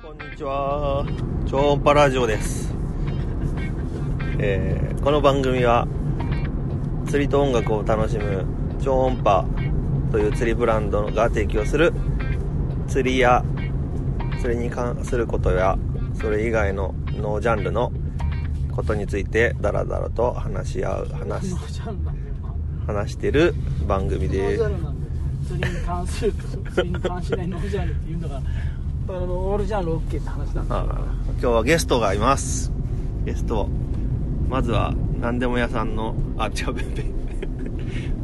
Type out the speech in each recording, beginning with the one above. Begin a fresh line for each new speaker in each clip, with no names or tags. こんにちは超音波ラジオです、えーこの番組は釣りと音楽を楽しむ超音波という釣りブランドが提供する釣りや釣りに関することやそれ以外のノージャンルのことについてダラダラと話し合う話
ノージャンルなんだよ
話してる番組
なノー
で
ジャ
す
ンルなんだよ釣りに関すると釣りに関しないノージャンルっていうのがあのオールジャンル OK って話なんだ
あー今日はゲストがいますゲストまずは何でも屋さんのあ違うべ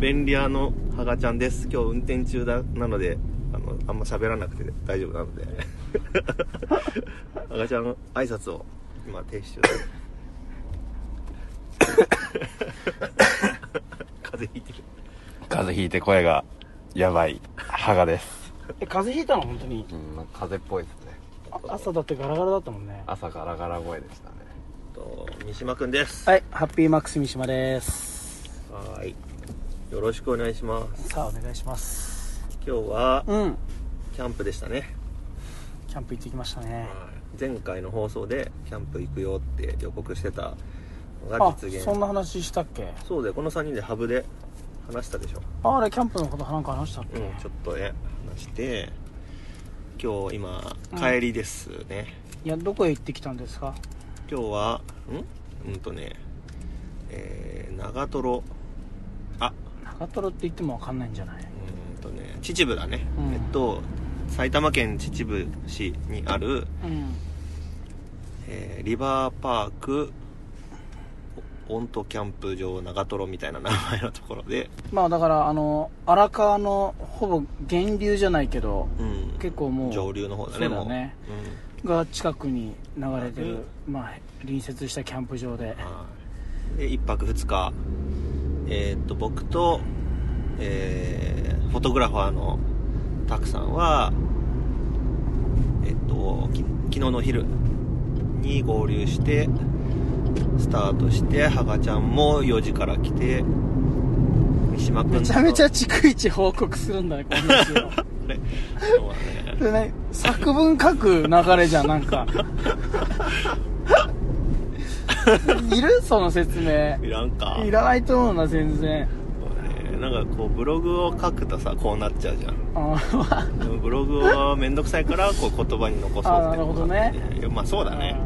べ便利屋のハガちゃんです今日運転中だなのであのあんま喋らなくて大丈夫なので ハガちゃんの挨拶を今停止中 です風邪ひいてる
風邪ひいて声がやばいハガです、
え風邪ひいたの本当に
うん、なんか風邪っぽいですね
あ朝だってガラガラだったもんね
朝ガラガラ声でしたね
と三島くんです
はいハッピーマックス三島です
はーいよろしくお願いします
さあお願いします
今日は
うん
キャンプでしたね
キャンプ行ってきましたね
前回の放送でキャンプ行くよって予告してたのが
あ
実現
そんな話したっけ
そうだよこの3人でハブで話したでしょ
ああれキャンプのことなんか話したっ
う
け、
んちょっとね話して今日今
うん
帰りですね、
いやどこへ行ってきたんですか
今日はんうんとねえー、長瀞あ
中トロって言ってもわかんないんじゃないう
ーんとね秩父だね、
うん
えっと埼玉県秩父市にある、
うん
えーリバーパークオントキャンプ場長瀞みたいな名前のところで、
まあだからあの荒川のほぼ源流じゃないけど
うん、
結構もう
上流の方だね
そうだね
もううん
が近くに流れて
う
る
ん、
まあ、隣接したキャンプ場で
はいで1泊2日えーっと僕と、えーフォトグラファーのたくさんはえっとき昨日の昼に合流してスタートしてハガちゃんも4時から来て三島君
めちゃめちゃ逐一報告するんだねこの話
そう
を
だね
でね作文書く流れじゃんなん かいるその説明
いらんか
いらないと思うな全然
そうだねなんかこうブログを書くとさこうなっちゃうじゃん
あー
でもブログは面倒くさいからこう言葉に残そうっていうのがあって
あーなるほ
いやまあそうだね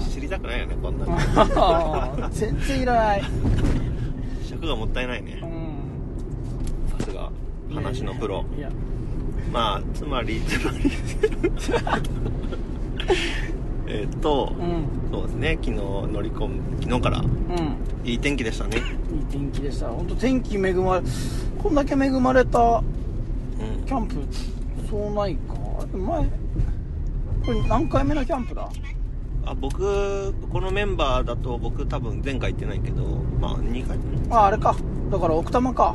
し知りたくないよねこんなの
あー全然いらない、
尺がもったいないうね
ん、
さすが話のプロ
いや
まあつまりつまりえっと
うん
そうですね昨日乗り込む昨日から
うん
いい天気でしたね
いい天気でした本当天気恵まれこんだけ恵まれた
うん
キャンプそうないか前これ何回目のキャンプだ
あ僕このメンバーだと僕多分前回行ってないけどまあ2回
ああれかだから奥多摩か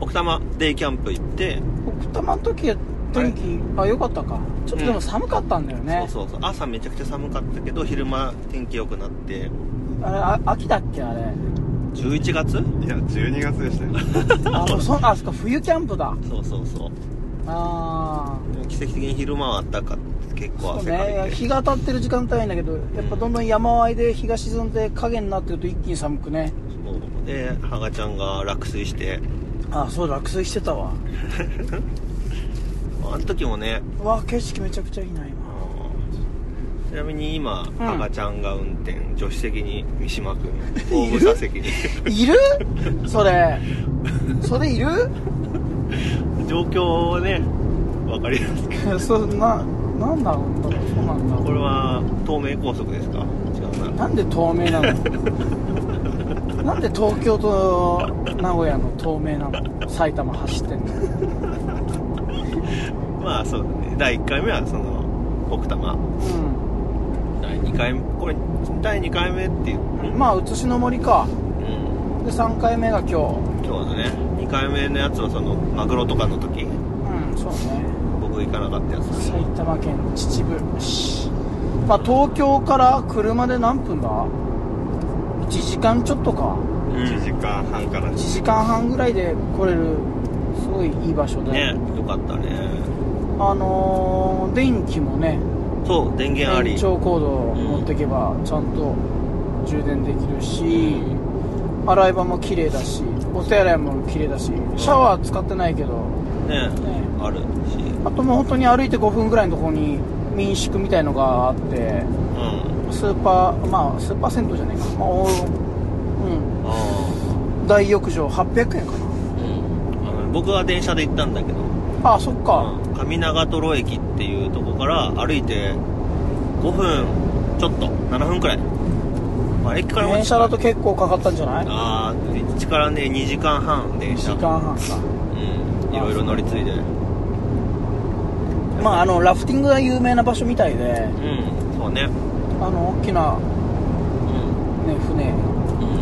奥多摩デイキャンプ行って
奥多摩の時は天気あ良かったかちょっとでも寒かったんだよね、
そうそうそう朝めちゃくちゃ寒かったけど昼間天気良くなって
あれあ秋だっ けあれ
11月
いや12月でしたよ
あそうそあそっか冬キャンプだ
そうそうそう
あ
でも奇跡的に昼間はあったかくて結
あ
構
そう
汗かいて
ね日が当たってる時間帯なんだけどやっぱどんどん山あいで日が沈んで影になってると一気に寒くね
そうでハガちゃんが落水して
あそう落水してたわ
あの時もね
うわ景色めちゃくちゃいいな今
うんちなみに今、
ん
ハガちゃんが運転助手席に三島 君後部座席に
いるそれそれいる
状況をね分かりますけ
そんななんだろうそうなんだ
どこれは東名高速ですか違うな
なんで透明なのなんで東京と名古屋の透明なの埼玉走ってんの
まあそうだね第1回目はその奥多摩第2回目これ第2回目っていう、
うんまあ写しの森か
うん、
で3回目が今日
今日だね2回目のやつはそのマグロとかの時
うんそうね
僕行かなかったやつ
埼玉県秩父市まあ東京から車で何分だ1時間ちょっとか
ううん
1時間半から
1時間半ぐらいで来れるすごいいい場所で、
ねよかったね
あのー電気もね
そう電源あり
延長コードを持っていけばちゃんと充電できるし、洗い場も綺麗だしお手洗いも綺麗だしシャワー使ってないけど
ね
ね
あるし
あともう本当に歩いて5分ぐらいのところに民宿みたいのがあって
うん
スーパーまあスーパー銭湯じゃないか、まあお
あ
う
あ
ん、大浴場800円か
うんあの僕は電車で行ったんだけど
なあそっか、
うん上長瀞駅っていうとこから歩いて5分ちょっと7分くらい、まあ、駅からも
電車だと結構かかったんじゃない
ああちからね2時間半電
時
車
間半か
うんいろいろ乗り継いでうん
まああのラフティングが有名な場所みたいで
そうね
あの大きな、ね、
うん
船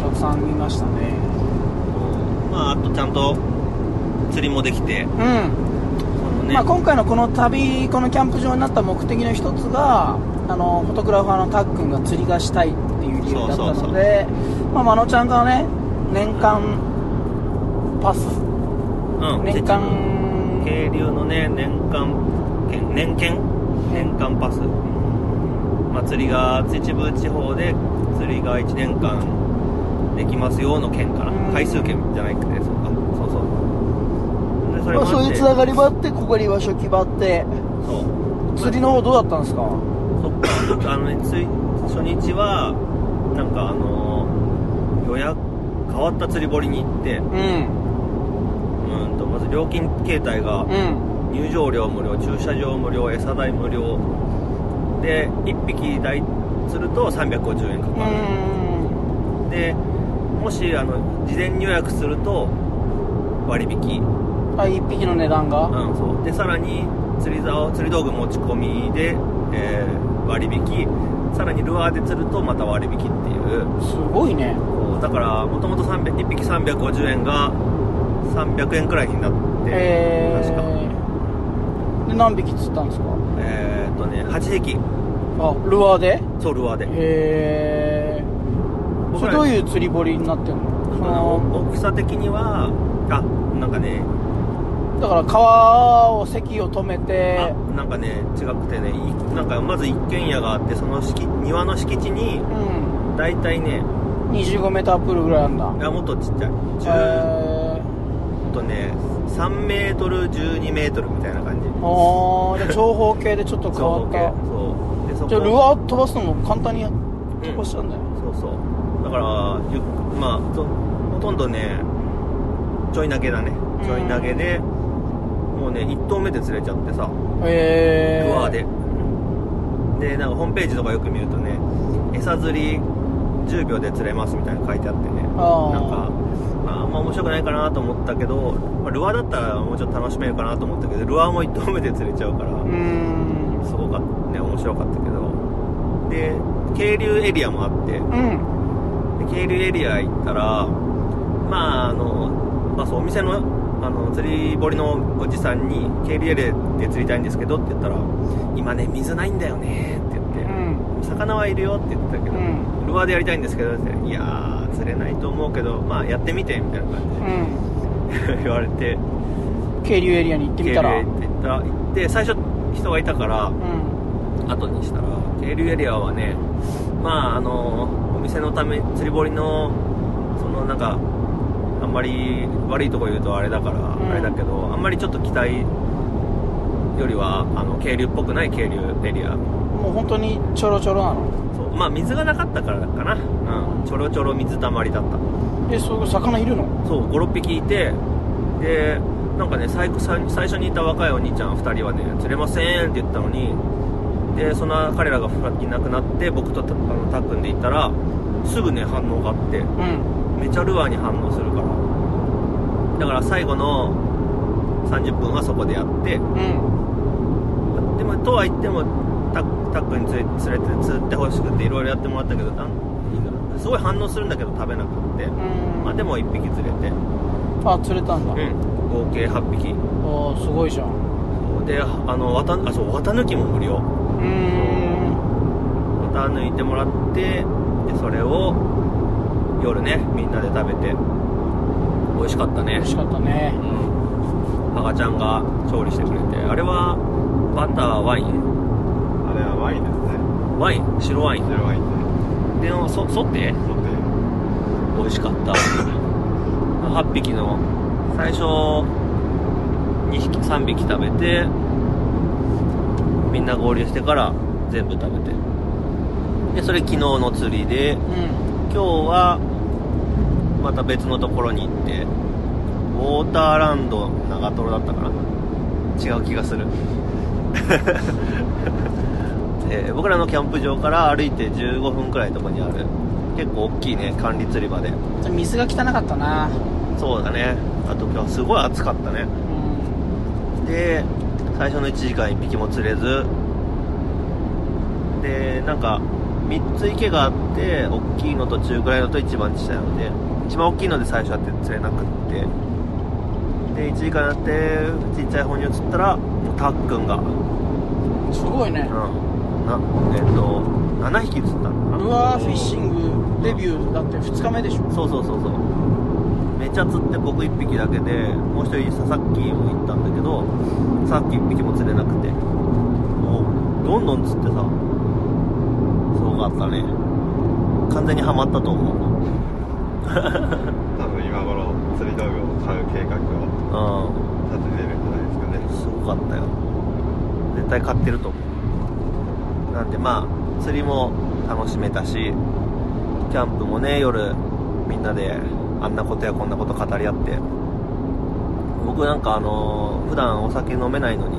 たくさん見ましたね
まああとちゃんと釣りもできて
うん、
そのね、
まあ、今回のこの旅このキャンプ場になった目的の一つがあのフォトグラファーのたっくんが釣りがしたいっていう理由だった
そうそうそ
の
う
でまあまのちゃんがね年間パス
うん
年間
渓流のね年間券年券年間パスまあ釣りが秩父地方で釣りが1年間できますよの券かな
うん
回数券じゃないくてそうかそうそうでそれもあっ
まあ、
て
そういうつながりもあってここに場所決まって
そう
釣りの方どうだったんですか
そっかあのねつい初日はなんかあの予約変わった釣り堀に行ってう
うん
ーんとまず料金形態が
うん
入場料無料駐車場無料餌代無料で1匹代すると350円か
う
かる、
ん
でもしあの事前予約すると割引、うん、
あ一匹の値段が、
そうでさらに釣り竿釣り道具持ち込みで、えー割引さらにルアーで釣るとまた割引っていう
すごいね
こうだからもともと1匹350円が300円くらいになって、
え
確か
ー、で何匹釣ったんですか
えーっとね8匹
あルアーで
そうルアーで
へえー、それどういう釣り堀になってんのその
大きさ的にはあなんかね、
だから川を堰を止めて
あなんかね違くてねいなんかまず一軒家があってその敷庭の敷地に
うん
大体ね
25m プールぐらいあるんだ
いやもっとちっちゃい
へ
10
え
とね3メートル12メートルみたいな感じ
ー、あ ーじゃあ長方形でちょっと変わっ
長方
た
形そうでそこ
じゃあルアー飛ばすのも簡単に
うん
飛ばしちゃうんだよ、
そうそうだからゆまあとほとんどねちょい投げだね
うん
ちょい投げで、もうね1投目で釣れちゃってさ
へえ
ルアーで、でなんかホームページとかよく見るとね餌釣り10秒で釣れますみたいなの書いてあってねなんか、
あ
まあ、あんま面白くないかなと思ったけど、まあルアーだったらもうちょっと楽しめるかなと思ったけどルアーも1投目で釣れちゃうから、
あうーん
すごかったね面白かったけどで渓流エリアもあって
うん
で渓流エリア行ったらまああの、まあ、そうお店のあの釣り堀のおじさんに「渓流エリアで釣りたいんですけど」って言ったら「今ね水ないんだよね」って言
う
って「
ん
魚はいるよ」って言ってたけ
う
ど「
ん
ルアーでやりたいんですけど」って「いやー釣れないと思うけどまあやってみて」みたいな
う
感
ん
じで 言われて
渓流エリアに行って
渓流エ
み
リ
た
ア
らう
行って行ったら行って最初人がいたから
ん
後にしたら渓流エリアはねまああのお店のため釣り堀のそのなんかあんまり悪いとこ言うとあれだから、
ん
あれだけどあんまりちょっと期待よりはあの渓流っぽくない渓流エリア
もう本当にちょろちょろなの
そうまあ水がなかったからかな、うん、ちょろちょろ水たまりだった
えそういう魚いるの
そう56匹いてでなんかね最最最初にいた若いお兄ちゃん2人はね釣れませんって言ったのにでその彼らがいなくなって僕とたあのたっくんで行ったらすぐね反応があって
うん
めちゃルアーに反応するからだから最後の30分はそこでやって
うん
でもとは言ってもタッタックに連れ連れて釣ってほしくていろいろやってもらったけどなんすごい反応するんだけど食べなくって、
うん
まあ、でも1匹釣れて
あ釣れたんだ、
うん、合計8匹
おーすごいじゃん
であの綿あそう綿抜きも無料
うーん
綿抜いてもらってでそれを夜ねみんなで食べて美味しかったね
美味しかったね
うんハガちゃんが調理してくれてあれはバターワイン
あれはワインですね
ワイン白ワイン
白ワインで
でもそそって
そうで
美味しかった8匹の最初2匹3匹食べてみんな合流してから全部食べてでそれ昨日の釣りで
うん
今日はまた別のところに行ってウォーターランド長瀞だったかな違う気がする えー僕らのキャンプ場から歩いて15分くらいのとこにある結構大きいね管理釣り場で
じゃあ水が汚かったな
そうだねあと今日すごい暑かったね
うん
で最初の1時間1匹も釣れずでなんか3つ池があって大きいのと中ぐらいのと一番小さいので一番大きいので最初あって釣れなくってで1時間やってちっちゃい方に移ったらもうたっくんがうん
すごいね
なえっと7匹釣ったのかな
ルアーフィッシングデビューだって2日目でしょ
そうそうそうそうめちゃ釣って僕1匹だけでもう1人佐々木も行ったんだけどさっき1匹も釣れなくてもうどんどん釣ってさすごかったね完全にはまったと思う
多分今頃釣り道具を買う計画を
う
立ててるんじゃないですかね
んすごかったよ絶対買ってると思うなんでまあ釣りも楽しめたしキャンプもね夜みんなであんなことやこんなこと語り合って僕なんかあのー普段お酒飲めないのに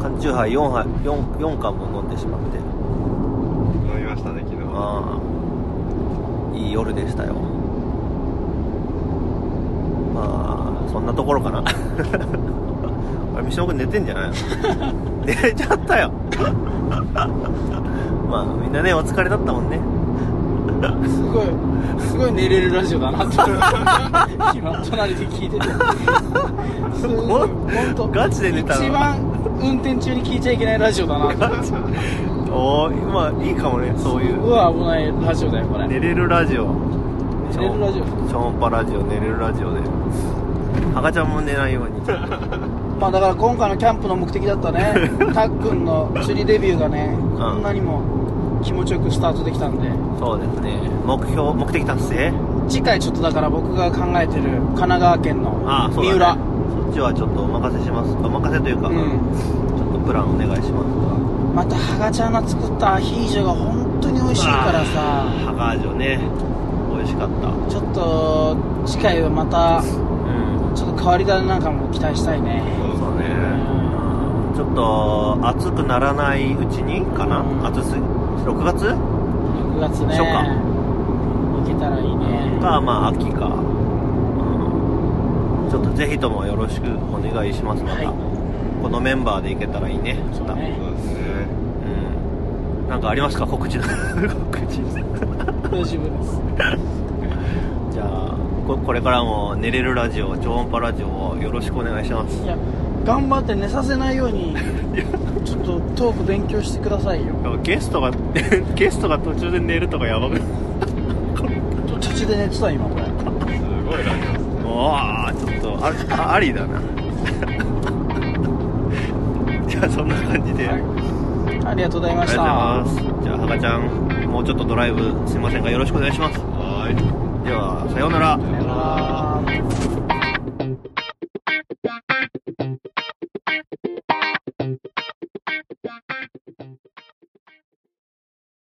缶チューハイ 4, 杯 4, 4缶も飲んでしまって
飲みましたね昨日
ああいい夜でしたよまあそんなところかな あれ三島君寝てんじゃない の寝ちゃったよ まあみんなねお疲れだったもんね
すごいすごい寝れるラジオだなって 今隣で聞いててすごい本当
ガチで寝たの
一番運転中に聞いちゃいけないラジオだなって
おおまあいいかもねそういう
うわ危ないラジオだよこれ
寝れるラジオ
寝れるラジオ
超音波ラジオ寝れるラジオで赤ちゃんも寝ないように
まあだから今回のキャンプの目的だったね たっくんの釣りデビューがねこんなにも気持ちよくスタートできたんで
そうですね目標目的達成
次回ちょっとだから僕が考えてる神奈川県の
ああそう
三
だ、ね、そ
浦
っちはちょっとお任せしますお任せというか、
うん
ちょっとプランお願いします
またハガちゃんが作ったアヒージョが本当に美味しいから
あ
さ
ーハガージョね美味しかった
ちょっと次回はまた
うん
ちょっと変わり種なんかも期待したいね
そうねちょっと暑くならないうちにかな、
うん
暑すぎ6月
6月ね
初夏
行けたらいいね
かまあ秋か、うんちょっとぜひともよろしくお願いしますまた、
は
このメンバーでいけたらいいねま
そう
た
ね
そうですね
うんなんかありますか告知の 告知
大丈夫です
じゃあここれからも寝れるラジオ超音波ラジオをよろしくお願いします
いや頑張って寝させないようにちょっとトーク勉強してくださいよ
ゲストが ゲストが途中で寝るとかやばくない
途中で寝てた今これ
すごいラジオですね
おーちょっとああありだな じゃあそんな感じで、
ありがとうござい
あ
ま
り
し
が
た
とうございますじゃあはがちゃんもうちょっとドライブすいませんがよろしくお願いします
はーい
ではさようなら
さよう